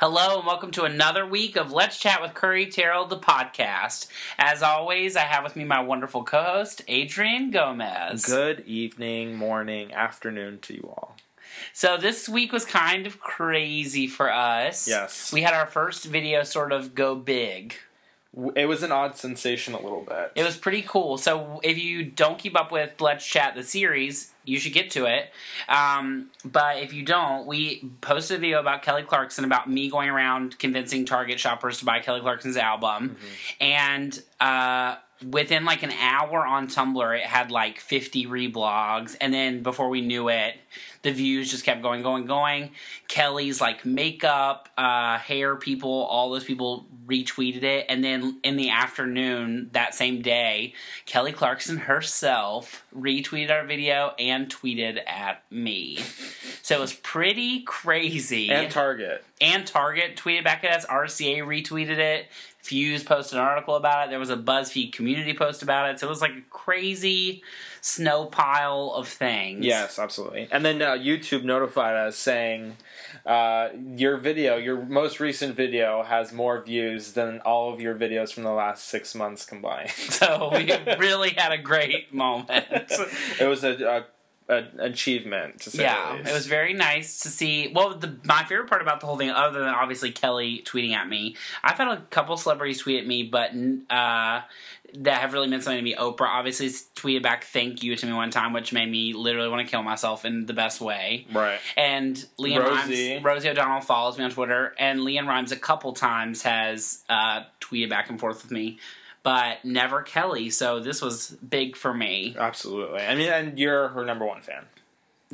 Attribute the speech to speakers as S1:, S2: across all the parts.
S1: Hello and welcome to another week of Let's Chat with Curry Terrell, the podcast. As always, I have with me my wonderful co-host Adrian Gomez.
S2: Good evening, morning, afternoon to you all.
S1: So this week was kind of crazy for us.
S2: Yes.
S1: we had our first video sort of go big.
S2: W- It was an odd sensation a little bit.
S1: It was pretty cool. So if you don't keep up with Let's Chat the series, you should get to it. Um, but if you don't, we posted a video about Kelly Clarkson about me going around convincing Target shoppers to buy Kelly Clarkson's album, and uh, within like an hour on Tumblr, it had like fifty reblogs, and then before we knew it, the views just kept going, going, going. Kelly's like makeup, uh, hair people, all those people retweeted it. And then in the afternoon that same day, Kelly Clarkson herself retweeted our video and tweeted at me. so it was pretty crazy.
S2: and Target.
S1: And Target tweeted back at us. RCA retweeted it. Fuse posted an article about it. There was a BuzzFeed community post about it. So it was like a crazy snow pile of things.
S2: Yes, absolutely. And then uh, YouTube notified us saying, uh, "Your video, your most recent video, has more views than all of your videos from the last six months combined."
S1: So we really had a great moment.
S2: it was a, a, a achievement to say.
S1: Yeah,
S2: the least.
S1: it was very nice to see. Well, the, my favorite part about the whole thing, other than obviously Kelly tweeting at me, I've had a couple celebrities tweet at me, but uh, that have really meant something to me. Oprah obviously tweeted back "thank you" to me one time, which made me literally want to kill myself in the best way.
S2: right.
S1: And Liam
S2: Rosie.
S1: Rhymes, Rosie O'Donnell follows me on Twitter, and Liam Rhymes a couple times has uh, tweeted back and forth with me, but never Kelly. So this was big for me.
S2: Absolutely. I mean, and you're her number one fan.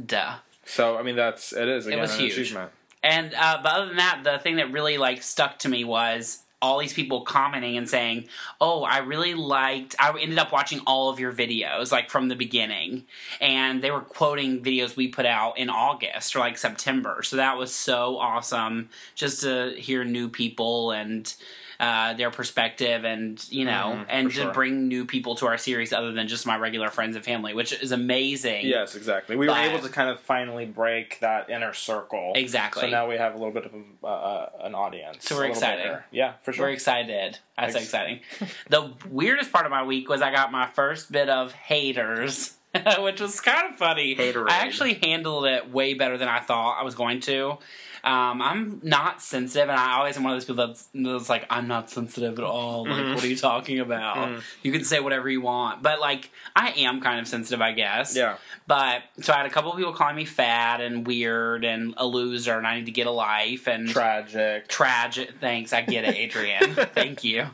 S1: Duh.
S2: So I mean, that's it is again
S1: was
S2: an
S1: huge.
S2: achievement.
S1: And uh, but other than that, the thing that really like stuck to me was all these people commenting and saying, "Oh, I really liked." I ended up watching all of your videos like from the beginning, and they were quoting videos we put out in August or like September. So that was so awesome just to hear new people and. Uh, their perspective and you know
S2: Mhm,
S1: and
S2: for
S1: to
S2: sure.
S1: bring new people to our series other than just my regular friends and family which is amazing
S2: Yes, exactly. We
S1: But-
S2: were able to kind of finally break that inner circle.
S1: Exactly.
S2: So now we have a little bit of a, uh, an audience.
S1: So we're
S2: a little
S1: excited.
S2: bigger. Yeah, for
S1: We're
S2: sure.
S1: excited. That's so
S2: Ex-
S1: exciting. the weirdest part of my week was I got my first bit of haters, which was kind of funny.
S2: Haterade.
S1: I actually handled it way better than I thought I was going to. Um, I'm not sensitive, and I always am one of those people that's, that's like, I'm not sensitive at all. Like,
S2: Mhm.
S1: what are you talking about?
S2: Mm.
S1: You can say whatever you want, but like, I am kind of sensitive, I guess.
S2: yeah.
S1: But so I had a couple of people calling me fat and weird and a loser, and I need to get a life and
S2: Tragic.
S1: tragic. Thanks, I get it, Adrian. Thank you.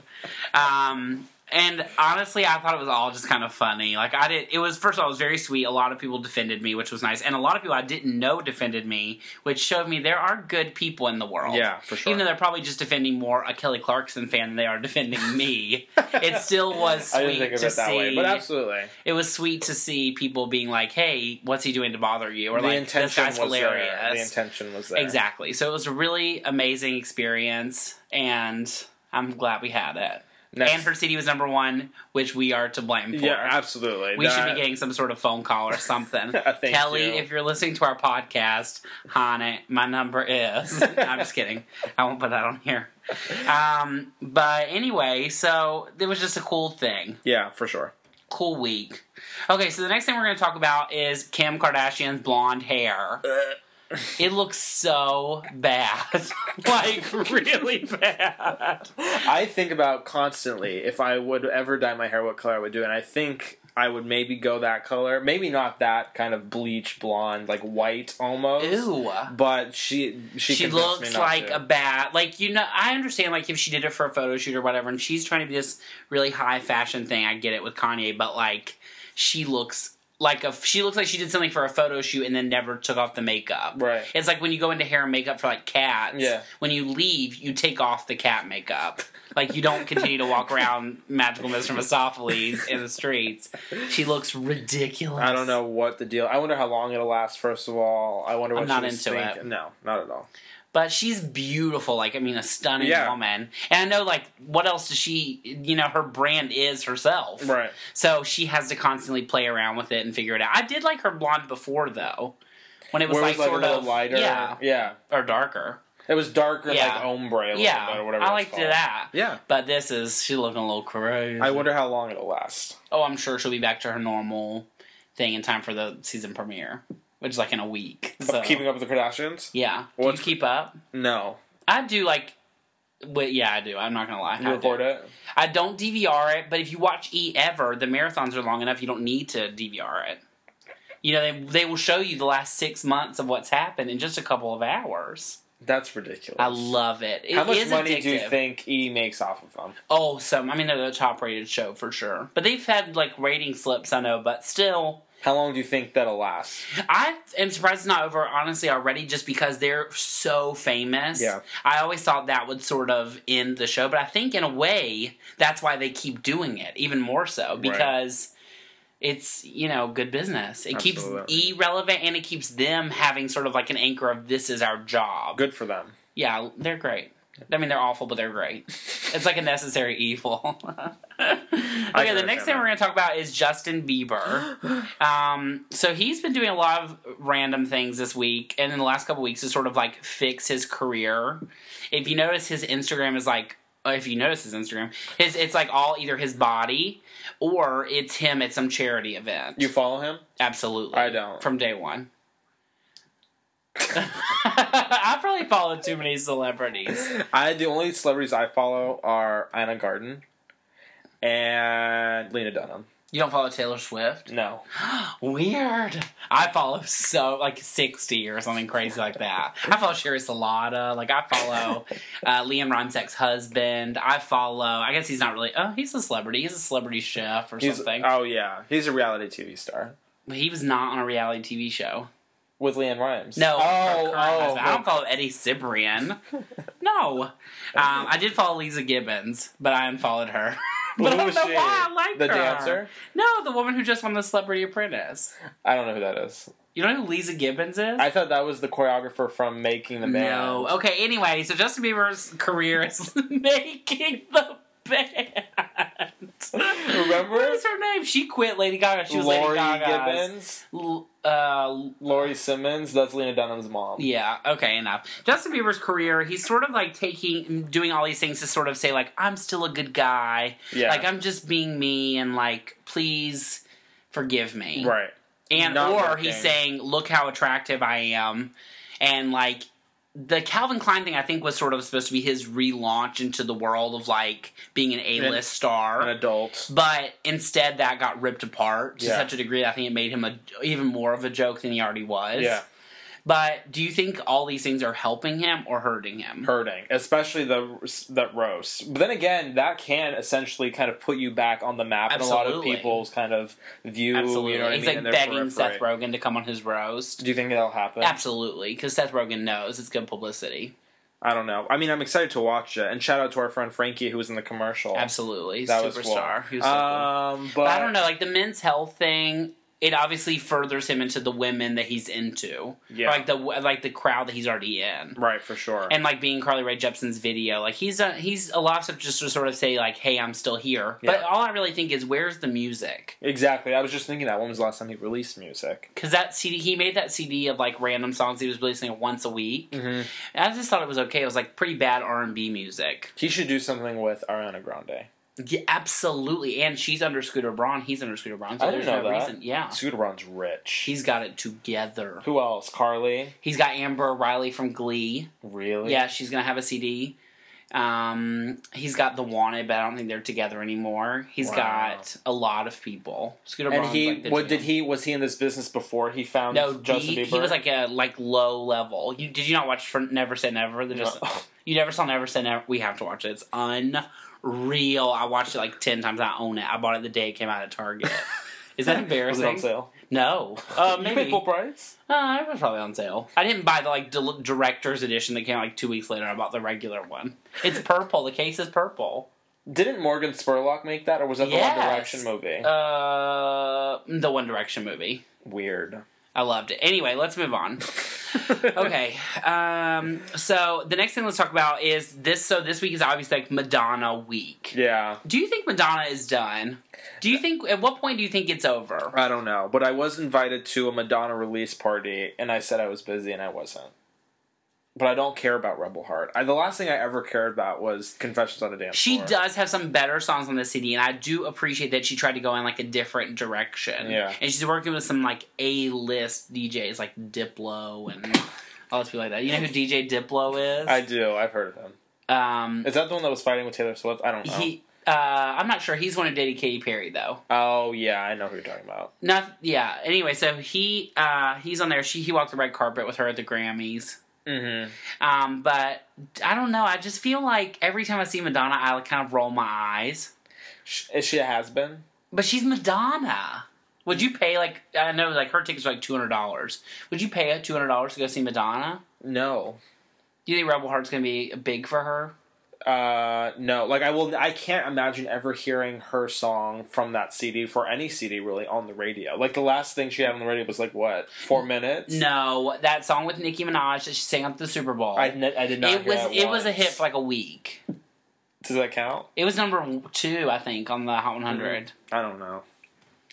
S1: Um, and honestly, I thought it was all just kind of funny. Like I did. It was first of all, it was very sweet. A lot of people defended me, which was nice, and a lot of people I didn't know defended me, which showed me there are good people in the world.
S2: Yeah, for sure.
S1: Even though they're probably just defending more a Kelly Clarkson fan than they are defending me, it still was
S2: I didn't
S1: sweet
S2: think of
S1: to
S2: it that
S1: see.
S2: way, but absolutely.
S1: It was sweet to see people being like, "Hey, what's he doing to bother you?" Or
S2: the
S1: like,
S2: intention
S1: "This guy's
S2: was
S1: hilarious."
S2: there. The intention was there.
S1: Exactly. So it was a really amazing experience, and I'm glad we had it.
S2: Next-
S1: And her CD was number one, which we are to blame for.
S2: yeah, absolutely.
S1: we should
S2: That-
S1: be getting some sort of phone call or something.
S2: Thank
S1: Kelly,
S2: you.
S1: if you're listening to our podcast, Hana, my number is. I'm just kidding. I won't put that on here. Um, but anyway, so it was just a cool thing
S2: Yeah, for sure.
S1: cool week. Okay, so the next thing we're going to talk about is Kim Kardashian's blonde hair.
S2: Uh.
S1: It looks so bad. like, really bad.
S2: I think about constantly if I would ever dye my hair, what color I would do, and I think I would maybe go that color. Maybe not that kind of bleach blonde, like white almost.
S1: Ew.
S2: But she she,
S1: She
S2: convinced me
S1: looks
S2: not
S1: like
S2: to.
S1: a bat. Like, you know, I understand, like, if she did it for a photo shoot or whatever, and she's trying to be this really high fashion thing, I get it with Kanye, but, like, she looks like a. She looks like she did something for a photo shoot and then never took off the makeup.
S2: right.
S1: It's like when you go into hair and makeup for like cats.
S2: Yeah.
S1: When you leave, you take off the cat makeup. Like you don't continue to walk around magical Mr. Mistopheles in the streets. She looks ridiculous.
S2: I don't know what the deal. I wonder how long it'll last. First of all, I wonder what
S1: I'm not
S2: she was
S1: into it.
S2: thinking. No, not at all.
S1: But she's beautiful. Like I mean, a stunning
S2: Yeah.
S1: woman. And I know like what else does she? You know, her brand is herself.
S2: Right.
S1: So she has to constantly play around with it and figure it out. I did like her blonde before though, when it was
S2: Where
S1: like
S2: it was like
S1: sort
S2: a little
S1: of
S2: lighter.
S1: yeah
S2: yeah.
S1: or darker.
S2: It was darker,
S1: Yeah.
S2: like ombre, a little
S1: yeah,
S2: bit, or whatever.
S1: I
S2: it's
S1: liked
S2: called.
S1: that.
S2: Yeah,
S1: But this is she looking a little crazy.
S2: I wonder how long it'll last.
S1: oh, I'm sure she'll be back to her normal thing in time for the season premiere, which is like in a week. So,
S2: Keeping up with the Kardashians?
S1: yeah, do you
S2: What's-
S1: keep up?
S2: No,
S1: I do like. Wait, yeah, I do. I'm not gonna lie.
S2: you
S1: I do.
S2: record it.
S1: I don't DVR it, but if you watch E ever, the marathons are long enough. You don't need to DVR it. You know, they they will show you the last six months of what's happened in just a couple of hours.
S2: That's ridiculous.
S1: I love it. It is
S2: How much money
S1: addictive.
S2: do you think E makes off of them?
S1: Oh, some. I mean, they're the top rated show for sure. But they've had like rating slips, I know, but still.
S2: How long do you think that'll last?
S1: I am surprised it's not over, honestly, already, just because they're so famous.
S2: Yeah.
S1: I always thought that would sort of end the show, but I think in a way that's why they keep doing it even more so because it's you know good business. It
S2: Absolutely.
S1: keeps E relevant and it keeps them having sort of like an anchor of this is our job.
S2: Good for them.
S1: Yeah, they're great. I mean, they're awful, but they're great. It's like a necessary evil. okay, the
S2: understand
S1: next thing
S2: that.
S1: we're going to talk about is Justin Bieber. um, so he's been doing a lot of random things this week, and in the last couple weeks to sort of like fix his career. If you notice, his Instagram is like. uh, If you notice his Instagram, his it's like all either his body or it's him at some charity event.
S2: You follow him?
S1: Absolutely.
S2: I don't.
S1: From day one. I probably follow too many celebrities.
S2: I the only celebrities I follow are Anna Garden and Lena Dunham.
S1: You don't follow Taylor Swift?
S2: No,
S1: Weird. I follow so like sixty or something crazy like that. I follow Sherry Salata. Like I follow uh, Liam Ronsek's husband. I follow. I guess he's not really. Oh, he's a celebrity. He's a celebrity chef or
S2: he's
S1: something.
S2: oh yeah, he's a reality TV star
S1: but he was not on a reality TV show.
S2: with Leanne Rhymes.
S1: No. her
S2: oh
S1: current
S2: oh,
S1: husband. I don't follow Eddie Cibrian. no. Um, I did follow Lisa Gibbons, but I unfollowed her. but I
S2: Who
S1: don't
S2: is
S1: know
S2: she?
S1: why oh, I like
S2: the
S1: her.
S2: dancer.
S1: No, the woman who just won the Celebrity Apprentice.
S2: I don't know who that is.
S1: You know who Lisa Gibbons is?
S2: I thought that was the choreographer from Making the Band.
S1: No. Okay, anyway, so Justin Bieber's career is making the band.
S2: Remember?
S1: What is her name? She quit Lady Gaga. Oh. She was Lady
S2: Lori
S1: Gaga's.
S2: Gibbons,
S1: L- uh,
S2: Lori Simmons. That's Lena Dunham's mom.
S1: Yeah, okay, enough. Justin Bieber's career, he's sort of like taking, doing all these things to sort of say, like, I'm still a good guy.
S2: Yeah.
S1: Like, I'm just being me, and like, please forgive me.
S2: right.
S1: And,
S2: Not
S1: or
S2: working.
S1: he's saying, look how attractive I am. And like, the Calvin Klein thing, I think, was sort of supposed to be his relaunch into the world of like being an A list star.
S2: An adult.
S1: But instead, that got ripped apart to
S2: Yeah.
S1: such a degree that I think it made him a, even more of a joke than he already was.
S2: Yeah.
S1: But do you think all these things are helping him or hurting him?
S2: hurting, especially the that roast. But then again, that can essentially kind of put you back on the map in a lot of
S1: Absolutely.
S2: people's kind of view.
S1: Absolutely.
S2: You know what I
S1: He's
S2: mean?
S1: like
S2: in their
S1: begging Seth
S2: periphery.
S1: Rogen to come on his roast.
S2: Do you think that'll happen?
S1: Absolutely, because Seth Rogen knows it's good publicity.
S2: I don't know. I mean, I'm excited to watch it, and shout out to our friend Frankie who was in the commercial.
S1: Absolutely,
S2: that was cool.
S1: superstar. He was so cool.
S2: um, but,
S1: But I don't know, like the men's health thing. It obviously furthers him into the women that he's into,
S2: Yeah.
S1: like the like the crowd that he's already in.
S2: Right for sure.
S1: and like being Carly Rae Jepsen's video, like he's a, he's a lot of stuff just to sort of say like, "Hey, I'm still here." But
S2: Yeah.
S1: all I really think is, where's the music?
S2: exactly. I was just thinking that. When was the last time he released music?
S1: Because that CD, he made that CD of like random songs he was releasing once a week.
S2: Mhm.
S1: And I just thought it was okay. It was like pretty bad R and B music.
S2: He should do something with Ariana Grande.
S1: Yeah, absolutely. And she's under Scooter Braun. He's under Scooter Braun. So
S2: I didn't
S1: there's
S2: know
S1: no
S2: that.
S1: reason. Yeah,
S2: Scooter Braun's rich.
S1: he's got it together.
S2: Who else? Carly.
S1: He's got Amber Riley from Glee.
S2: Really?
S1: Yeah, she's gonna have a CD. Um, he's got the wanted, but I don't think they're together anymore. He's
S2: Wow.
S1: got a lot of people. Scooter
S2: And
S1: Braun's,
S2: he,
S1: like, the
S2: what
S1: jam.
S2: did he? Was he in this business before he found
S1: No,
S2: Justin
S1: he,
S2: Bieber?
S1: he was like a like low level. You, did you not watch for Never Say Never? The just
S2: No.
S1: you never saw Never Say Never. We have to watch it. It's unreal. I watched it like ten times. I own it. I bought it the day it came out at Target. Is that
S2: Was
S1: embarrassing?
S2: it on sale?
S1: No. Uh,
S2: You
S1: maybe.
S2: paid full price.
S1: Uh, it was probably on sale. I didn't buy the like del- director's edition that came out like two weeks later. I bought the regular one. It's purple. The case is purple.
S2: Didn't Morgan Spurlock make that, or was that the One
S1: Yes.
S2: Direction movie?
S1: Uh, the One Direction movie.
S2: Weird.
S1: I loved it. Anyway, let's move on. okay. Um. So the next thing let's talk about is this. So this week is obviously like Madonna week.
S2: Yeah,
S1: Do you think Madonna is done? Do you think at what point do you think it's over?
S2: I don't know, but I was invited to a Madonna release party, and I said I was busy, and I wasn't. but I don't care about Rebel Heart. I, the last thing I ever cared about was Confessions on a Dance
S1: She
S2: Floor.
S1: does have some better songs on the CD, and I do appreciate that she tried to go in like a different direction.
S2: Yeah.
S1: and she's working with some like A list DJs like Diplo and all those people like that. You know who DJ Diplo is?
S2: I do. I've heard of him.
S1: um,
S2: Is that the one that was fighting with Taylor Swift? I don't know.
S1: he. Uh, I'm not sure. He's one who dated Katy Perry though.
S2: oh yeah, I know who you're talking about.
S1: Not yeah. Anyway, so he uh, he's on there. She he walked the red carpet with her at the Grammys.
S2: Mm-hmm.
S1: Um, but I don't know. I just feel like every time I see Madonna, I kind of roll my eyes.
S2: Sh- Is she a has been?
S1: But she's Madonna. Would you pay like I know like her tickets are like two hundred dollars. Would you pay two hundred dollars to go see Madonna?
S2: No.
S1: Do you think Rebel Heart's gonna be big for her?
S2: Uh, no. Like I will. I can't imagine ever hearing her song from that CD for any CD really on the radio. Like the last thing she had on the radio was like what four minutes?
S1: No, that song with Nicki Minaj that she sang at the Super Bowl.
S2: I, ne- I did not.
S1: it
S2: hear
S1: was
S2: that
S1: it was a
S2: once.
S1: hit for like a week.
S2: Does that count?
S1: It was number two, I think, on the Hot 100.
S2: I don't know.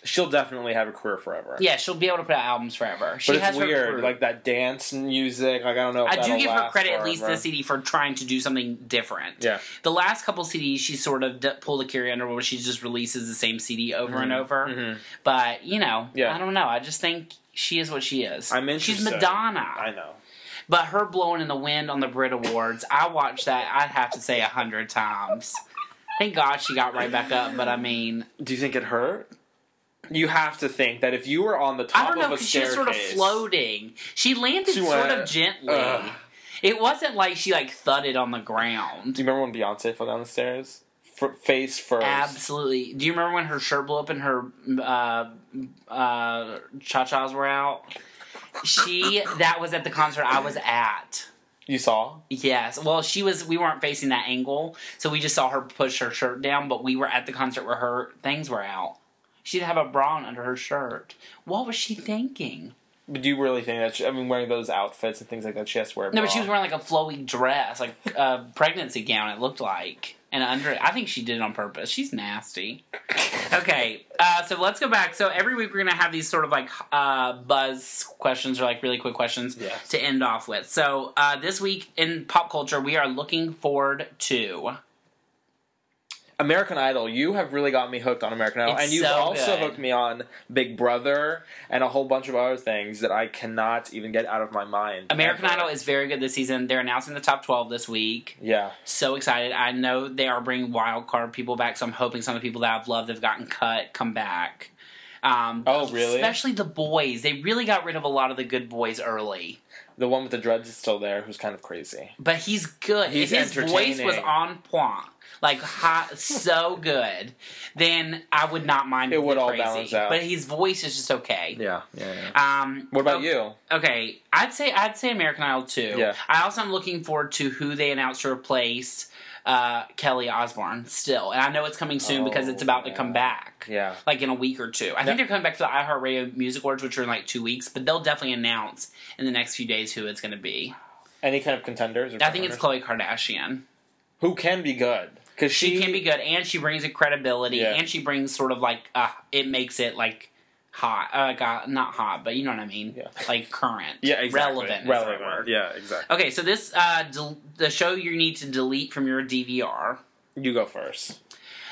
S2: She'll definitely have a career forever.
S1: Yeah, she'll be able to put out albums forever. She
S2: but it's
S1: has Her
S2: weird,
S1: crew.
S2: like that dance music. Like I don't know. If
S1: I do
S2: that'll
S1: give her
S2: last
S1: credit at least
S2: forever.
S1: this CD for trying to do something different.
S2: Yeah.
S1: The last couple CDs, she sort of d- pulled a carry under where she just releases the same CD over and over.
S2: Mhm.
S1: But you know,
S2: Yeah.
S1: I don't know. I just think she is what she is.
S2: I'm
S1: She's
S2: interested.
S1: Madonna,
S2: I know.
S1: but her blowing in the wind on the Brit Awards, I watched that. I'd have to say a hundred times. Thank God she got right back up. But I mean,
S2: Do you think it hurt? You have to think that if you were on the top
S1: I don't know
S2: of a
S1: because she was
S2: staircase,
S1: sort of floating. She landed
S2: She
S1: sort
S2: went, uh,
S1: of gently.
S2: "Ugh."
S1: It wasn't like she like thudded on the ground.
S2: Do you remember when Beyonce fell down the stairs? F- face first.
S1: Absolutely. Do you remember when her shirt blew up and her uh, uh, cha chas were out? She that was at the concert I was at.
S2: You saw?
S1: Yes. Well, she was. We weren't facing that angle, so we just saw her push her shirt down. But we were at the concert where her things were out. She didn't have a bra on under her shirt. What was she thinking?
S2: But do you really think that? She, I mean, wearing those outfits and things like that, she has to wear. A
S1: No,
S2: bra.
S1: but she was wearing like a flowy dress, like a pregnancy gown. It looked like, and under. I think she did it on purpose. She's nasty. Okay, uh, so let's go back. So every week we're gonna have these sort of like uh, buzz questions or like really quick questions
S2: Yes.
S1: to end off with. So uh, this week in pop culture, we are looking forward to.
S2: American Idol. You have really got me hooked on American Idol,
S1: It's
S2: and you've
S1: so
S2: also
S1: good.
S2: hooked me on Big Brother and a whole bunch of other things that I cannot even get out of my mind.
S1: American
S2: ever.
S1: Idol is very good this season. They're announcing the top 12 this week.
S2: Yeah.
S1: So excited. I know they are bringing wild card people back, so I'm hoping some of the people that I've loved have gotten cut come back. Um,
S2: Oh, really?
S1: Especially the boys. They really got rid of a lot of the good boys early.
S2: The one with the dreads is still there, who's kind of crazy.
S1: But he's good.
S2: He's
S1: if his voice was
S2: entertaining.
S1: on point, like hot, so good, then I would not mind.
S2: It
S1: the
S2: would all
S1: crazy.
S2: balance out.
S1: But his voice is just okay.
S2: Yeah. Yeah. yeah.
S1: Um,
S2: What about
S1: oh,
S2: you?
S1: Okay, I'd say I'd say American Idol too.
S2: Yeah.
S1: I also am looking forward to who they announced to replace uh, Kelly Osbourne still, and I know it's coming soon because it's
S2: Oh,
S1: about
S2: yeah.
S1: to come back.
S2: Yeah.
S1: Like in a week or two. I
S2: Yeah.
S1: think they're coming back to the iHeartRadio Music Awards, which are in like two weeks, but they'll definitely announce in the next few days who it's going to be.
S2: Any kind of contenders? Or
S1: I think it's
S2: contenders?
S1: Khloe Kardashian.
S2: who can be good because she,
S1: She can be good, and she brings a credibility,
S2: Yeah.
S1: and she brings sort of like uh, it makes it like hot, uh, got, not hot, but you know what I mean,
S2: Yeah.
S1: like current,
S2: yeah exactly.
S1: relevant, is the right
S2: relevant.
S1: word.
S2: Yeah, exactly.
S1: Okay, so this uh, del- the show you need to delete from your DVR.
S2: You go first.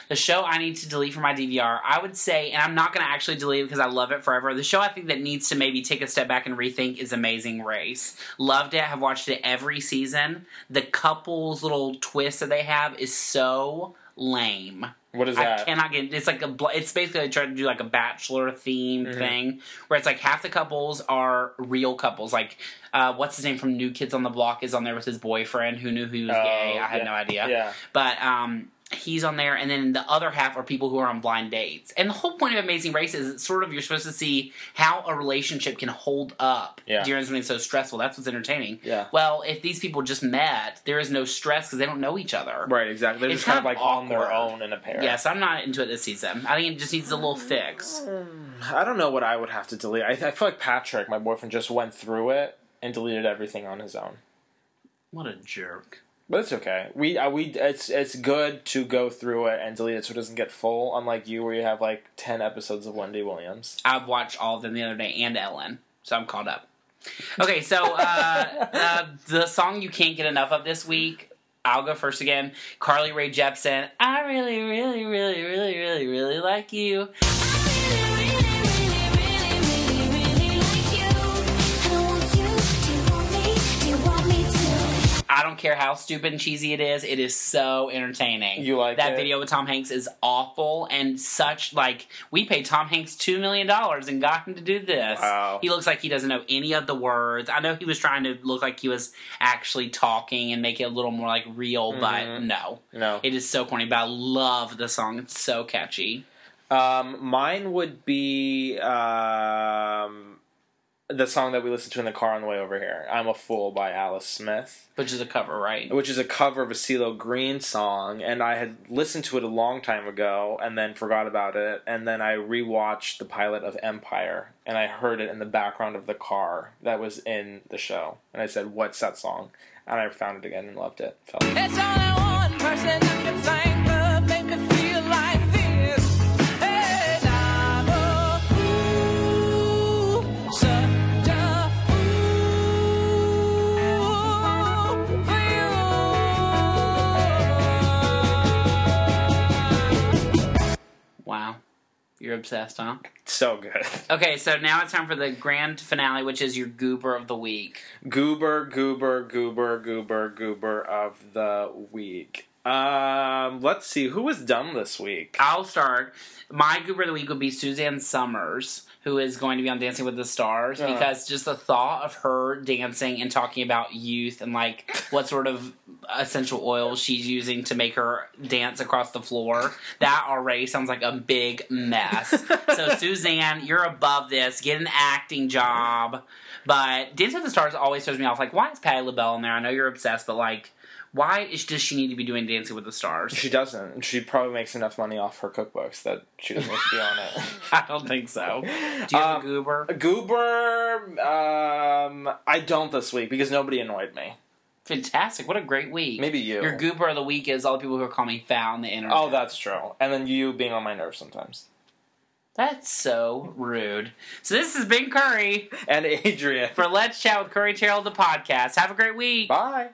S1: The show I need to delete from my DVR. I would say, and I'm not going to actually delete it because I love it forever. The show I think that needs to maybe take a step back and rethink is Amazing Race. Loved it. Have watched it every season. The couple's little twist that they have is so lame.
S2: What is
S1: I
S2: that?
S1: cannot get. It's like a. bl- It's basically they tried to do like a bachelor themed
S2: Mhm.
S1: thing where it's like half the couples are real couples. Like, uh, what's his name from New Kids on the Block is on there with his boyfriend who knew he was
S2: Oh,
S1: gay. I had
S2: yeah.
S1: no idea,
S2: Yeah,
S1: but um, he's on there, and then the other half are people who are on blind dates. And the whole point of Amazing Race is it's sort of you're supposed to see how a relationship can hold up
S2: Yeah.
S1: during something so stressful. That's what's entertaining.
S2: yeah.
S1: Well, if these people just met, there is no stress because they don't know each other.
S2: Right, exactly. They're
S1: It's
S2: just kind of
S1: kind
S2: like
S1: of
S2: on their
S1: awkward.
S2: own in a pair.
S1: Yes, I'm not into it this season. I think it just needs a little fix.
S2: I don't know what I would have to delete. I, I feel like Patrick, my boyfriend, just went through it and deleted everything on his own.
S1: What a jerk.
S2: But it's okay. We uh, we it's it's good to go through it and delete it so it doesn't get full. Unlike you, where you have like ten episodes of Wendy Williams.
S1: I've watched all of them the other day and Ellen, so I'm caught up. Okay, so uh, uh, the song you can't get enough of this week. I'll go first again. Carly Rae Jepsen. I really, really, really, really, really, really like you. I don't care how stupid and cheesy it is. It is so entertaining.
S2: You like
S1: that
S2: it?
S1: video with Tom Hanks is awful and such like we paid Tom Hanks two million dollars and got him to do this.
S2: Wow.
S1: He looks like he doesn't know any of the words. I know he was trying to look like he was actually talking and make it a little more like real, but
S2: Mhm.
S1: no,
S2: No.
S1: it is so corny. But I love the song. It's so catchy.
S2: Um, mine would be um, the song that we listened to in the car on the way over here. "I'm a Fool" by Alice Smith.
S1: Which is a cover, right?
S2: which is a cover of a CeeLo Green song, and I had listened to it a long time ago and then forgot about it, and then I rewatched the pilot of Empire, and I heard it in the background of the car that was in the show, and I said, "What's that song?" And I found it again and loved it. Fell in
S3: It's only one person I can thank that made me feel like this. And I'm a fool, such a fool for you.
S1: Wow, you're obsessed, huh?
S2: love. so good.
S1: Okay, so now it's time for the grand finale, which is your goober of the week.
S2: Goober, goober, goober, goober, goober of the week. Um, let's see who was dumb this week.
S1: I'll start. My goober of the week would be Suzanne Summers, who is going to be on Dancing with the Stars,
S2: Uh-huh.
S1: because just the thought of her dancing and talking about youth and like what sort of essential oil she's using to make her dance across the floor, that already sounds like a big mess. so, Suzanne, you're above this. Get an acting job. But Dancing with the Stars always throws me off. Like, why is Patti LaBelle in there? I know you're obsessed, but like, why is, does she need to be doing Dancing with the Stars?
S2: She doesn't. She probably makes enough money off her cookbooks that she doesn't have to be on it.
S1: I don't think so. Do you have
S2: Um,
S1: a goober?
S2: Goober, um, I don't this week because nobody annoyed me.
S1: Fantastic. What a great week.
S2: Maybe you.
S1: Your goober of the week is all the people who call me foul on the internet.
S2: Oh, that's true. And then you being on my nerves sometimes.
S1: That's so rude. So this has been Curry
S2: And Adrian.
S1: for Let's Chat with Curry Terrell, the podcast. Have a great week.
S2: Bye.